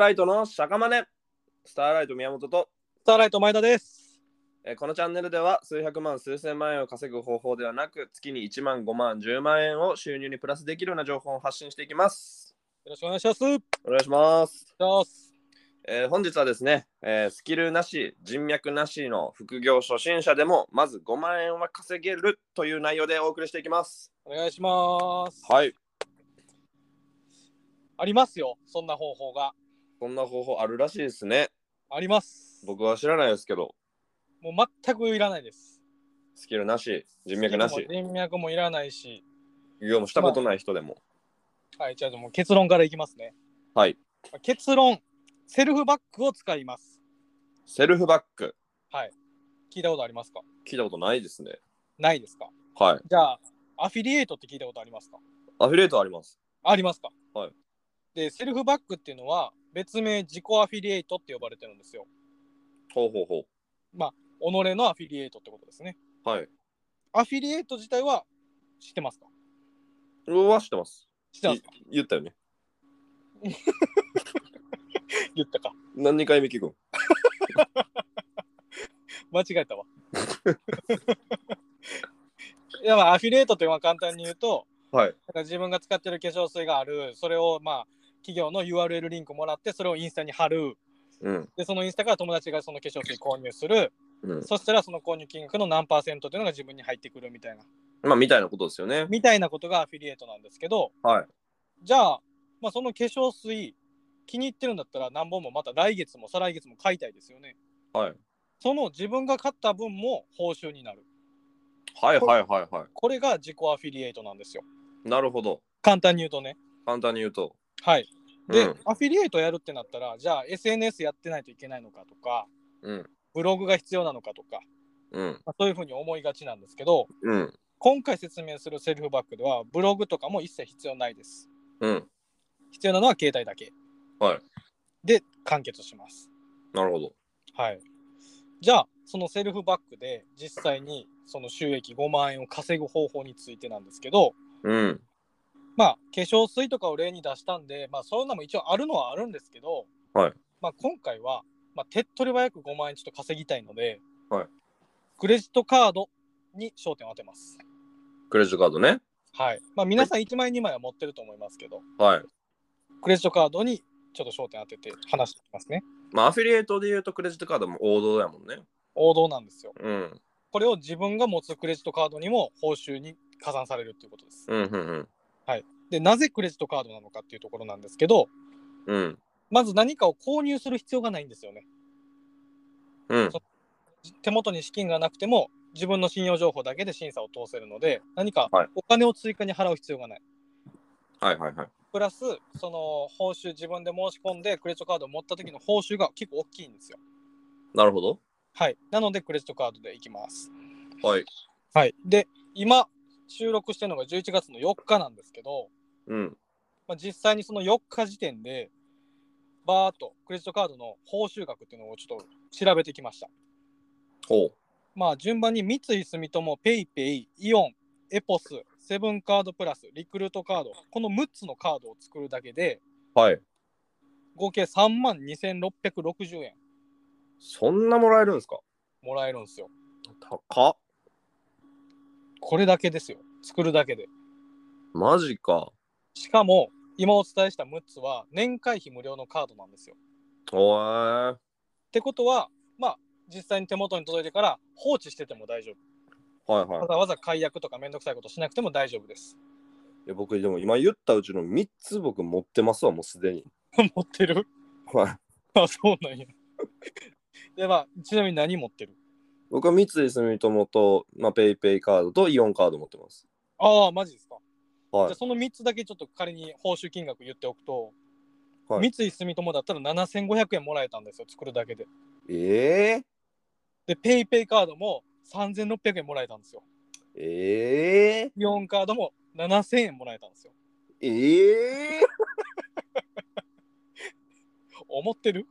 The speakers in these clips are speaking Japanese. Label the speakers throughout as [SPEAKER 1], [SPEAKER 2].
[SPEAKER 1] スターライトのシャカマネスターライト宮本と、
[SPEAKER 2] スターライト前田です。
[SPEAKER 1] えーこのチャンネルでは数百万数千万円を稼ぐ方法ではなく月に1万5万10万円を収入にプラスできるような情報を発信していきます
[SPEAKER 2] よろしくお願いします。お願いし
[SPEAKER 1] お願いします、
[SPEAKER 2] ます。
[SPEAKER 1] えー本日はですね、えースキルなし人脈なしの副業初心者でもまず5万円は稼げるという内容でお送りしていきます
[SPEAKER 2] お願いします。
[SPEAKER 1] はい
[SPEAKER 2] ありますよ。そんな方法が
[SPEAKER 1] こんな方法あるらしいですね
[SPEAKER 2] あります。
[SPEAKER 1] 僕は知らないですけど
[SPEAKER 2] もう全くいらないです。
[SPEAKER 1] スキルなし人脈な
[SPEAKER 2] スキ
[SPEAKER 1] し
[SPEAKER 2] ルも人脈もいらないし、
[SPEAKER 1] 副業もしたことない人でも、
[SPEAKER 2] はい、じゃあもう結論からいきますね。
[SPEAKER 1] はい
[SPEAKER 2] 結論、セルフバッグを使います。
[SPEAKER 1] セルフバック
[SPEAKER 2] 聞いたことありますか
[SPEAKER 1] 聞いたことないですね
[SPEAKER 2] ないですか
[SPEAKER 1] はい
[SPEAKER 2] じゃあ、アフィリエイトって聞いたことありますか
[SPEAKER 1] アフィリエイトあります。
[SPEAKER 2] ありますか
[SPEAKER 1] はい。
[SPEAKER 2] で、セルフバッグっていうのは、別名自己アフィリエイトって呼ばれてるんですよ。
[SPEAKER 1] ほうほうほ
[SPEAKER 2] 己のアフィリエイトってことですね。
[SPEAKER 1] う。はい。
[SPEAKER 2] アフィリエイト自体は知ってますか
[SPEAKER 1] うわ、知ってます。
[SPEAKER 2] 知ってますか
[SPEAKER 1] い言ったよね。
[SPEAKER 2] 言ったか。
[SPEAKER 1] 何回目聞くん
[SPEAKER 2] 間違えたわ。 いやまあアフィリエイトというのは簡単に言うと、
[SPEAKER 1] はい。
[SPEAKER 2] なんか自分が使ってる化粧水がある、それをまあ企業の URL リンクもらって、それをインスタに貼る。
[SPEAKER 1] うん。
[SPEAKER 2] で、そのインスタから友達がその化粧水購入する。
[SPEAKER 1] うん。
[SPEAKER 2] そしたらその購入金額の何パーセントというのが自分に入ってくるみたいな。
[SPEAKER 1] まあ、みたいなことですよね。
[SPEAKER 2] みたいなことがアフィリエイトなんですけど、
[SPEAKER 1] はい。
[SPEAKER 2] じゃあ、まあ、その化粧水気に入ってるんだったら何本もまた来月も再来月も買いたいですよね。
[SPEAKER 1] はい。
[SPEAKER 2] その自分が買った分も報酬になる。
[SPEAKER 1] はいはいはいは
[SPEAKER 2] これが自己アフィリエイトなんですよ。
[SPEAKER 1] い。なるほど。
[SPEAKER 2] 簡単に言うとね。
[SPEAKER 1] 簡単に言うと。
[SPEAKER 2] はい。で、
[SPEAKER 1] うん
[SPEAKER 2] アフィリエイトやるってなったら、じゃあ SNS やってないといけないのかとか、
[SPEAKER 1] うん。
[SPEAKER 2] ブログが必要なのかとか、
[SPEAKER 1] うん。
[SPEAKER 2] まあ、そういうふうに思いがちなんですけど、
[SPEAKER 1] うん。
[SPEAKER 2] 今回説明するセルフバックでは、ブログとかも一切必要ないです。
[SPEAKER 1] うん。
[SPEAKER 2] 必要なのは携帯だけ。
[SPEAKER 1] はい。
[SPEAKER 2] で、完結します。
[SPEAKER 1] なるほど。
[SPEAKER 2] はい。じゃあ、そのセルフバックで実際にその収益5万円を稼ぐ方法についてなんですけど、
[SPEAKER 1] うん。
[SPEAKER 2] まあ、化粧水とかを例に出したんで、まあ、そういうのも一応あるのはあるんですけど、
[SPEAKER 1] はい
[SPEAKER 2] まあ、今回は、まあ、手っ取り早く5万円ちょっと稼ぎたいので、
[SPEAKER 1] はい
[SPEAKER 2] クレジットカードに焦点を当てます。
[SPEAKER 1] クレジットカードね。
[SPEAKER 2] はいまあ、皆さん1枚2枚は持ってると思いますけど、
[SPEAKER 1] はい。
[SPEAKER 2] クレジットカードにちょっと焦点当てて話していきますね。
[SPEAKER 1] まあ、アフィリエイトで言うとクレジットカードも王道やもんね。
[SPEAKER 2] 王道なんですよ。
[SPEAKER 1] うん。
[SPEAKER 2] これを自分が持つクレジットカードにも報酬に加算されるということです。
[SPEAKER 1] うん。うん。
[SPEAKER 2] で、なぜクレジットカードなのかっていうところなんですけど、
[SPEAKER 1] うん。うん。
[SPEAKER 2] まず何かを購入する必要がないんですよね。
[SPEAKER 1] うん。
[SPEAKER 2] 手元に資金がなくても、自分の信用情報だけで審査を通せるので、何か
[SPEAKER 1] はい
[SPEAKER 2] お金を追加に払う必要がない。
[SPEAKER 1] はいはいはい。
[SPEAKER 2] プラス、その報酬、自分で申し込んでクレジットカードを持った時の報酬が結構大きいんですよ。
[SPEAKER 1] なるほど。
[SPEAKER 2] はい。なので、クレジットカードでいきます。
[SPEAKER 1] はい。
[SPEAKER 2] はい。で、今、収録してるのが11月の4日なんですけど、
[SPEAKER 1] うん。
[SPEAKER 2] まあ、実際にその4日時点で、バーっとクレジットカードの報酬額っていうのをちょっと調べてきました。
[SPEAKER 1] ほ
[SPEAKER 2] まあ、順番に三井住友、ペイペイ、イオン、エポス、セブンカードプラス、リクルートカード、この6つのカードを作るだけで、
[SPEAKER 1] う。はい。
[SPEAKER 2] 合計3万2660円
[SPEAKER 1] そんなもらえるんですか
[SPEAKER 2] もらえるんですよ。
[SPEAKER 1] 高っ。
[SPEAKER 2] これだけですよ。作るだけで。
[SPEAKER 1] マジか。
[SPEAKER 2] しかも、今お伝えした6つは年会費無料のカードなんですよ。
[SPEAKER 1] おーい。
[SPEAKER 2] ってことは、まあ、実際に手元に届いてから放置してても大丈夫。
[SPEAKER 1] はいはい
[SPEAKER 2] わ。ざわざ解約とかめんどくさいことしなくても大丈夫です。
[SPEAKER 1] いや僕でも今言ったうちの3つ僕持ってますわもうすでに。
[SPEAKER 2] 持ってる
[SPEAKER 1] はい。
[SPEAKER 2] あ、そうなんや。 で、まあ、ちなみに何持ってる
[SPEAKER 1] 僕は三井住友と、まあ、ペイペイカードとイオンカード持ってます。
[SPEAKER 2] ああ、マジですか。
[SPEAKER 1] は
[SPEAKER 2] じゃあ
[SPEAKER 1] い。
[SPEAKER 2] その3つだけちょっと仮に報酬金額言っておくと、
[SPEAKER 1] はい
[SPEAKER 2] 三井住友だったら7500円もらえたんですよ、作るだけで。
[SPEAKER 1] え
[SPEAKER 2] で、ペイペイカードも3600円もらえたんですよ。
[SPEAKER 1] ー、え
[SPEAKER 2] イオンカードも7000円もらえたんですよ。
[SPEAKER 1] ー、え
[SPEAKER 2] 思っ てる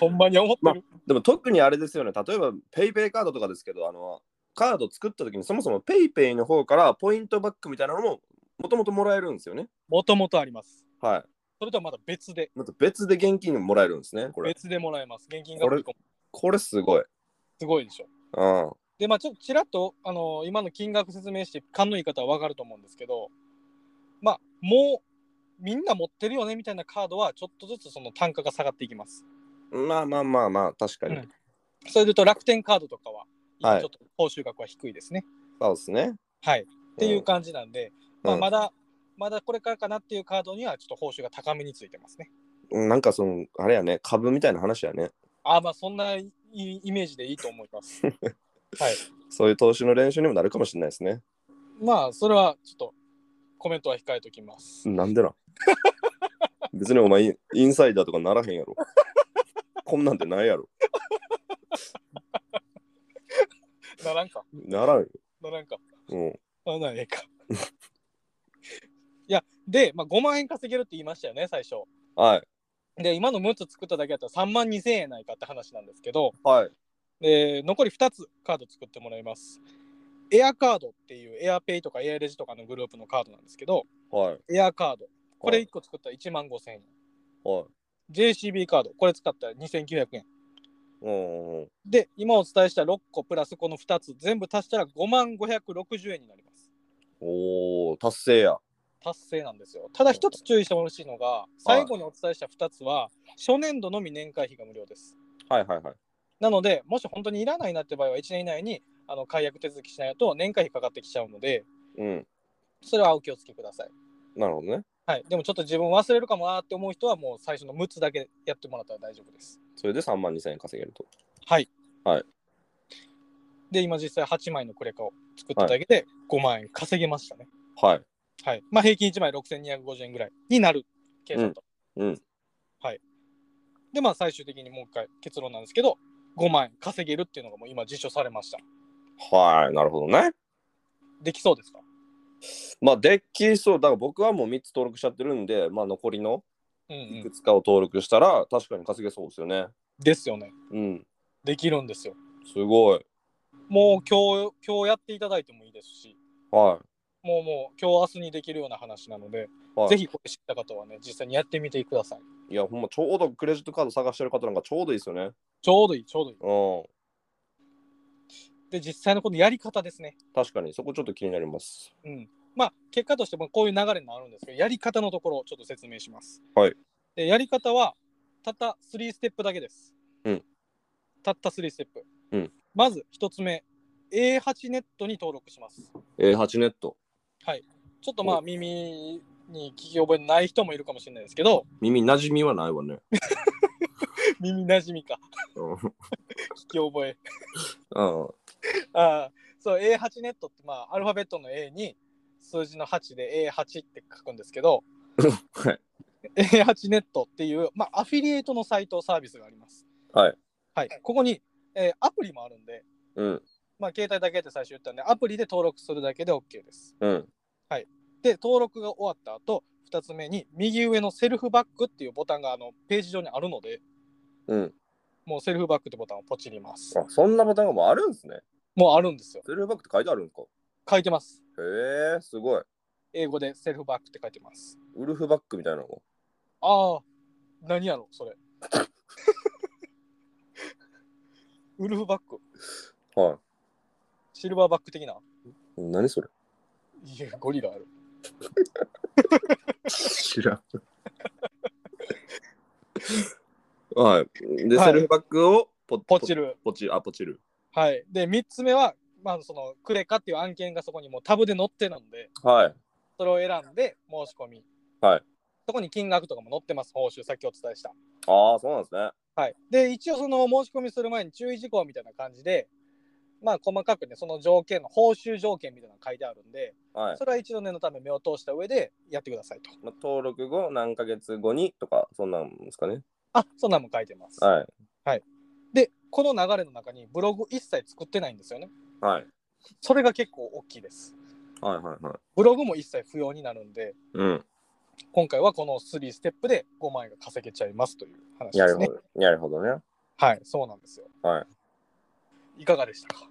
[SPEAKER 2] ほんまに思ってる、
[SPEAKER 1] ー、でも特にあれですよね。例えばペイペイカードとかですけど、あの、カード作った時にそもそもペイペイの方からポイントバックみたいなのももともともらえるんですよね。
[SPEAKER 2] もともとあります。
[SPEAKER 1] は
[SPEAKER 2] それとはまだ別で、
[SPEAKER 1] また別で現金もらえるんですね、これ。
[SPEAKER 2] 別でもらえます。現金が振り込む
[SPEAKER 1] これすごい。
[SPEAKER 2] すごいでしょ。
[SPEAKER 1] うん。
[SPEAKER 2] で、まあ、ちょっとちらっと、あのー今の金額説明して、勘のいい方は分かると思うんですけど、まあ、もう、みんな持ってるよねみたいなカードは、ちょっとずつその単価が下がっていきます。
[SPEAKER 1] まあまあまあまあ、確かに。
[SPEAKER 2] うんそれで言うと、楽天カードとかは、
[SPEAKER 1] は
[SPEAKER 2] 今
[SPEAKER 1] い
[SPEAKER 2] ちょっと報酬額は低いですね。
[SPEAKER 1] そうですね。
[SPEAKER 2] はい。っていう
[SPEAKER 1] か、
[SPEAKER 2] 感じなんで、まあ、まだ、まだこれからかなっていうカードには、ちょっと報酬が高めについてますね。
[SPEAKER 1] うんなんかその、あれやね、株みたいな話やね。
[SPEAKER 2] ああ、まあ、そんないいイメージでいいと思います。はい。
[SPEAKER 1] そういう投資の練習にもなるかもしれないですね。
[SPEAKER 2] まあ、それは、ちょっと、コメントは控えときます。
[SPEAKER 1] なん でなん別にお前イン、インサイダーとかならへんやろ。こんなんてないやろ。
[SPEAKER 2] ならんか。
[SPEAKER 1] ならんよ。
[SPEAKER 2] ならんか。
[SPEAKER 1] うん。
[SPEAKER 2] あなええか。いや、で、まあ、5万円稼げるって言いましたよね、最初。
[SPEAKER 1] はい。
[SPEAKER 2] で、今の6つ作っただけだったら3万2000円やないかって話なんですけど、
[SPEAKER 1] はい。
[SPEAKER 2] で残り2つカード作ってもらいます。エアカードっていう、エアペイとかエアレジとかのグループのカードなんですけど、
[SPEAKER 1] はい。
[SPEAKER 2] エアカード、これ
[SPEAKER 1] はい
[SPEAKER 2] 1個作ったら1万5000円。
[SPEAKER 1] はい。
[SPEAKER 2] JCB カード、これ使ったら2900円。
[SPEAKER 1] うんうん。
[SPEAKER 2] で、今お伝えした6個プラスこの2つ、全部足したら5万560円になります。
[SPEAKER 1] おー、達成や。
[SPEAKER 2] 達成なんですよ。ただ一つ注意してほしいのが、最後にお伝えした2つは、初年度のみ年会費が無料です。
[SPEAKER 1] はいはいはい。
[SPEAKER 2] なので、もし本当にいらないなって場合は、1年以内にあの解約手続きしないと年会費かかってきちゃうので、
[SPEAKER 1] うん。
[SPEAKER 2] それはお気をつけください。
[SPEAKER 1] なるほどね。
[SPEAKER 2] はい、でもちょっと自分忘れるかもなって思う人は、もう最初の6つだけやってもらったら大丈夫です。
[SPEAKER 1] それで3万2000円稼げると。
[SPEAKER 2] はい。
[SPEAKER 1] はい、
[SPEAKER 2] で、今実際8枚のクレカを作っただけで5万円稼げましたね。
[SPEAKER 1] はい。
[SPEAKER 2] はい。まあ、平均1枚6250円ぐらいになる計算と。
[SPEAKER 1] うんうん
[SPEAKER 2] はい。で、まあ、最終的にもう一回結論なんですけど、5万円稼げるっていうのがもう今実証されました。
[SPEAKER 1] はい。なるほどね。
[SPEAKER 2] できそうですか
[SPEAKER 1] まあ、できそう。だから僕はもう3つ登録しちゃってるんで、まあ、残りの
[SPEAKER 2] うんう
[SPEAKER 1] い
[SPEAKER 2] ん
[SPEAKER 1] く。つかを登録したら、確かに稼げそうですよね。
[SPEAKER 2] ですよね。
[SPEAKER 1] うん。
[SPEAKER 2] できるんですよ。
[SPEAKER 1] すごい。
[SPEAKER 2] もう今日、今日やっていただいてもいいですし、
[SPEAKER 1] は
[SPEAKER 2] もうもう今日明日にできるような話なので、
[SPEAKER 1] い。はい、
[SPEAKER 2] ぜひこれ知った方はね、実際にやってみてください。
[SPEAKER 1] いや、ほんま、ちょうどクレジットカード探してる方なんかちょうどいいですよね。
[SPEAKER 2] ちょうどいい、ちょうどいい。
[SPEAKER 1] う
[SPEAKER 2] で、実際のこのやり方ですね。
[SPEAKER 1] ん。確かに、そこちょっと気になります。
[SPEAKER 2] うん。まあ、結果としてもこういう流れになるんですけど、やり方のところをちょっと説明します。
[SPEAKER 1] はい。
[SPEAKER 2] で、やり方は、たった3ステップだけです。
[SPEAKER 1] うん。
[SPEAKER 2] たった3ステップ。
[SPEAKER 1] うん。
[SPEAKER 2] まず1つ目、A8 ネットに登録します。
[SPEAKER 1] A8 ネット。
[SPEAKER 2] ちょっとまあ、
[SPEAKER 1] お
[SPEAKER 2] 耳に聞き覚えのない人もいるかもしれないですけど、
[SPEAKER 1] 耳馴染みはないわね。
[SPEAKER 2] 耳なじみか、
[SPEAKER 1] うん。
[SPEAKER 2] 聞き覚え。
[SPEAKER 1] うん
[SPEAKER 2] ああ、そう、A8 ネットって、まあ、アルファベットの A に数字の8で A8 って書くんですけど、
[SPEAKER 1] はい。
[SPEAKER 2] A8 ネットっていう、まあ、アフィリエイトのサイトサービスがあります。
[SPEAKER 1] はい。
[SPEAKER 2] はい。ここに、えーアプリもあるんで、
[SPEAKER 1] うん。
[SPEAKER 2] まあ、携帯だけって最初言ったんで、アプリで登録するだけで OK です。
[SPEAKER 1] うん。
[SPEAKER 2] で、登録が終わった後、2つ目に、右上のセルフバックっていうボタンが、あの、ページ上にあるので、
[SPEAKER 1] うん。
[SPEAKER 2] もうセルフバックってボタンをポチります。
[SPEAKER 1] あ、そんなボタンがもうあるんですね。
[SPEAKER 2] もうあるんですよ。
[SPEAKER 1] セルフバックって書いてあるんですか
[SPEAKER 2] 書いてます。
[SPEAKER 1] へえ、すごい。
[SPEAKER 2] 英語でセルフバックって書いてます。
[SPEAKER 1] ウルフバックみたいなのも。
[SPEAKER 2] ああ、何やろ、それ。 ウルフバック、
[SPEAKER 1] は
[SPEAKER 2] シルバーバック的な。
[SPEAKER 1] い。何それ
[SPEAKER 2] いや、ゴリラある。
[SPEAKER 1] 知らん。 はい。で、
[SPEAKER 2] はい
[SPEAKER 1] セルフバックをポ
[SPEAKER 2] ポチ。る。
[SPEAKER 1] ポチ、あ、ポチる。
[SPEAKER 2] はい。で、3つ目は、まあ、そのクレカっていう案件がそこにもうタブで載ってるので、
[SPEAKER 1] はい。
[SPEAKER 2] それを選んで申し込み。
[SPEAKER 1] はい。
[SPEAKER 2] そこに金額とかも載ってます、報酬、さっきお伝えした。
[SPEAKER 1] ああ、そうなんですね。
[SPEAKER 2] はい。で、一応その申し込みする前に注意事項みたいな感じで、まあ、細かくね、その条件の報酬条件みたいなのが書いてあるんで、
[SPEAKER 1] はい。
[SPEAKER 2] それは一度念のため目を通した上でやってくださいと。
[SPEAKER 1] まあ、登録後何ヶ月後にとか、そんなんですかね。
[SPEAKER 2] あ、そんなんも書いてます。
[SPEAKER 1] はい。
[SPEAKER 2] で、この流れの中にブログ一切作ってないんですよね。
[SPEAKER 1] はい。
[SPEAKER 2] それが結構大きいです。
[SPEAKER 1] はいはいはい。
[SPEAKER 2] ブログも一切不要になるんで、
[SPEAKER 1] うん。
[SPEAKER 2] 今回はこの3ステップで5万円が稼げちゃいますという話
[SPEAKER 1] な
[SPEAKER 2] で
[SPEAKER 1] る
[SPEAKER 2] す
[SPEAKER 1] ほ
[SPEAKER 2] ね。
[SPEAKER 1] ど。なるほどね。
[SPEAKER 2] はい、そうなんですよ。。
[SPEAKER 1] はい
[SPEAKER 2] いかがでしたか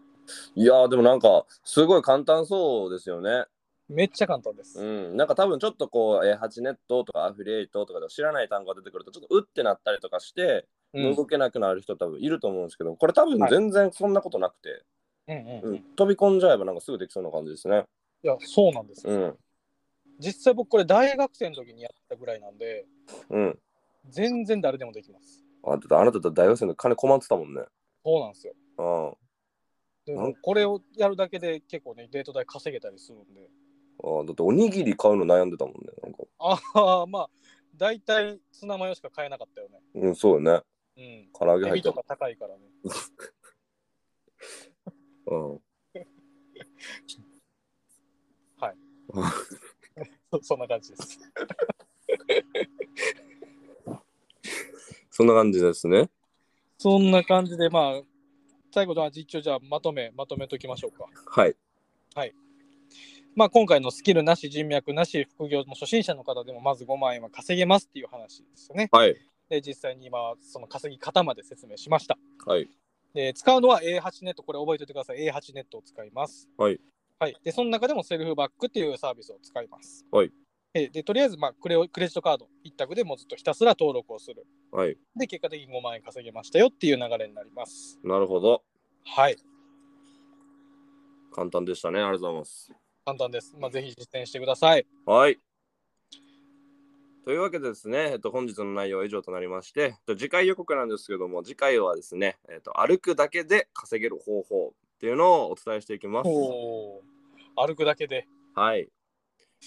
[SPEAKER 1] いやーでもなんか、すごい簡単そうですよね。
[SPEAKER 2] めっちゃ簡単です。
[SPEAKER 1] うん、なんか多分ちょっとこう、えー、ハチネットとかアフィリエイトとかで知らない単語が出てくるとちょっとうってなったりとかして、
[SPEAKER 2] うん
[SPEAKER 1] 動けなくなる人多分いると思うんですけどこれ多分全然そんなことなくて、
[SPEAKER 2] うんうんうん
[SPEAKER 1] うん、飛び込んじゃえばなんかすぐできそうな感じですね。
[SPEAKER 2] いや、そうなんですよ、
[SPEAKER 1] うん
[SPEAKER 2] 実際僕これ大学生の時にやったぐらいなんで、
[SPEAKER 1] うん、
[SPEAKER 2] 全然誰でもできます。
[SPEAKER 1] あだってあなたと大学生の金困ってたもんね。
[SPEAKER 2] そうなんですよ。
[SPEAKER 1] あ
[SPEAKER 2] で
[SPEAKER 1] なん
[SPEAKER 2] もこれをやるだけで結構ね、デート代稼げたりするんで。
[SPEAKER 1] あだっておにぎり買うの悩んでたもんね。なんか
[SPEAKER 2] ああ、まあ、大体ツナマヨしか買えなかったよね。
[SPEAKER 1] うん、そうよね。
[SPEAKER 2] うん。
[SPEAKER 1] 唐揚げ
[SPEAKER 2] エ
[SPEAKER 1] 入っ
[SPEAKER 2] ビ
[SPEAKER 1] て
[SPEAKER 2] と
[SPEAKER 1] る
[SPEAKER 2] か高いからね。
[SPEAKER 1] うん、
[SPEAKER 2] そそんな感じです。
[SPEAKER 1] そんな感じですね。
[SPEAKER 2] そんな感じで、まあ、最後の一応じゃあまとめ、まとめときましょうか。
[SPEAKER 1] はい。
[SPEAKER 2] まあ、今回のスキルなし、人脈なし、副業の初心者の方でもまず5万円は稼げますっていう話ですよね。
[SPEAKER 1] はい。
[SPEAKER 2] で、実際に今、その稼ぎ方まで説明しました。
[SPEAKER 1] はい。
[SPEAKER 2] で、使うのは A8 ネット、これ覚えておいてください。A8 ネットを使います。
[SPEAKER 1] はい。
[SPEAKER 2] はい。で、その中でもセルフバックっていうサービスを使います。
[SPEAKER 1] はい。
[SPEAKER 2] えで、とりあえず、まあクレオ、クレジットカード一択でもうずっとひたすら登録をする。
[SPEAKER 1] はい。
[SPEAKER 2] で、結果的に5万円稼げましたよっていう流れになります。
[SPEAKER 1] なるほど。
[SPEAKER 2] はい。
[SPEAKER 1] 簡単でしたね。ありがとうございます。
[SPEAKER 2] 簡単です。まあ、ぜひ実践してください。
[SPEAKER 1] はい。というわけでですね、えっと、本日の内容は以上となりまして、えっと、次回予告なんですけども、次回はですね、えっと、歩くだけで稼げる方法っていうのをお伝えしていきます。
[SPEAKER 2] おー歩くだけで
[SPEAKER 1] はい。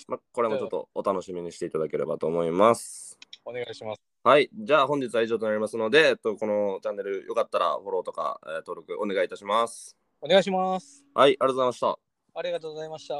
[SPEAKER 1] ま、これもちょっとお楽しみにしていただければと思います。
[SPEAKER 2] お願いします。
[SPEAKER 1] はい。じゃあ本日は以上となりますので、えっと、このチャンネルよかったらフォローとか、えー登録お願いいたします。
[SPEAKER 2] お願いします。
[SPEAKER 1] はい、ありがとうございました。
[SPEAKER 2] ありがとうございました。